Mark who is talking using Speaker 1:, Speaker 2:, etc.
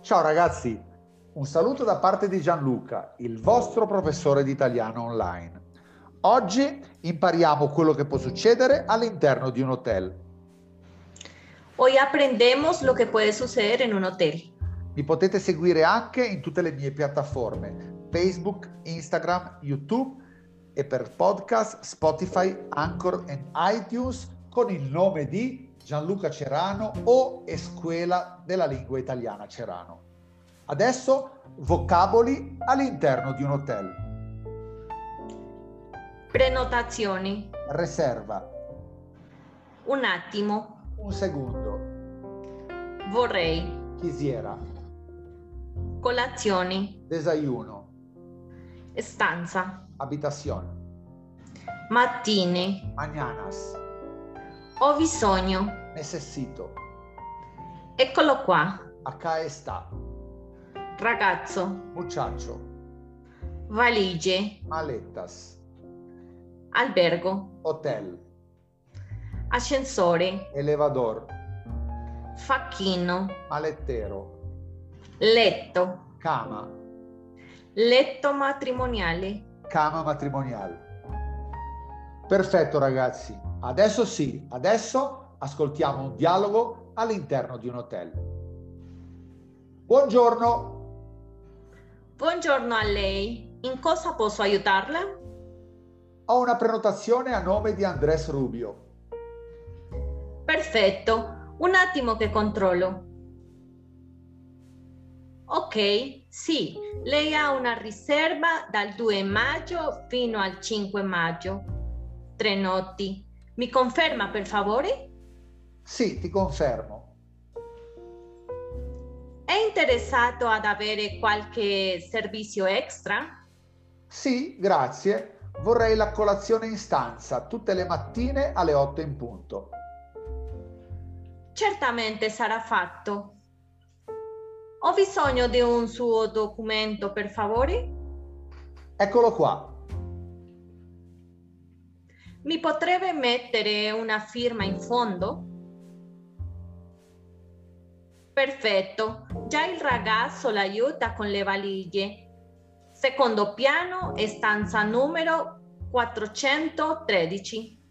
Speaker 1: Ciao ragazzi, un saluto da parte di Gianluca, il vostro professore di italiano online. Oggi impariamo quello che può succedere all'interno di un hotel.
Speaker 2: Hoy aprendemos lo que puede suceder en un hotel.
Speaker 1: Mi potete seguire anche in tutte le mie piattaforme, Facebook, Instagram, YouTube e per podcast Spotify, Anchor e iTunes con il nome di Gianluca Cerano o Escuela della Lingua Italiana Cerano. Adesso vocaboli all'interno di un hotel.
Speaker 2: Prenotazione,
Speaker 1: Riserva,
Speaker 2: un attimo,
Speaker 1: un secondo,
Speaker 2: vorrei,
Speaker 1: chisiera,
Speaker 2: colazione,
Speaker 1: desayuno,
Speaker 2: stanza,
Speaker 1: abitazione,
Speaker 2: mattine,
Speaker 1: mañanas,
Speaker 2: ho bisogno,
Speaker 1: necessito,
Speaker 2: eccolo qua,
Speaker 1: acá está,
Speaker 2: ragazzo,
Speaker 1: muchacho,
Speaker 2: valigie,
Speaker 1: maletas,
Speaker 2: albergo,
Speaker 1: hotel,
Speaker 2: ascensore,
Speaker 1: elevador,
Speaker 2: facchino,
Speaker 1: malettero,
Speaker 2: letto,
Speaker 1: cama,
Speaker 2: letto matrimoniale.
Speaker 1: cama matrimoniale. Perfetto ragazzi, adesso sì, adesso ascoltiamo un dialogo all'interno di un hotel. Buongiorno,
Speaker 2: Buongiorno a lei, in cosa posso aiutarla?
Speaker 1: ho una prenotazione a nome di Andrés Rubio.
Speaker 2: Perfetto, un attimo che controllo. Ok, sì, lei ha una riserva dal 2 maggio fino al 5 maggio. Tre notti. Mi conferma, per favore?
Speaker 1: Sì, ti confermo.
Speaker 2: È interessato ad avere qualche servizio extra?
Speaker 1: Sì, grazie. Vorrei la colazione in stanza tutte le mattine alle 8 in punto.
Speaker 2: Certamente sarà fatto. Ho bisogno di un suo documento, per favore?
Speaker 1: Eccolo qua.
Speaker 2: Mi potrebbe mettere una firma in fondo? Perfetto, già il ragazzo l'aiuta con le valigie. Secondo piano, stanza numero 413.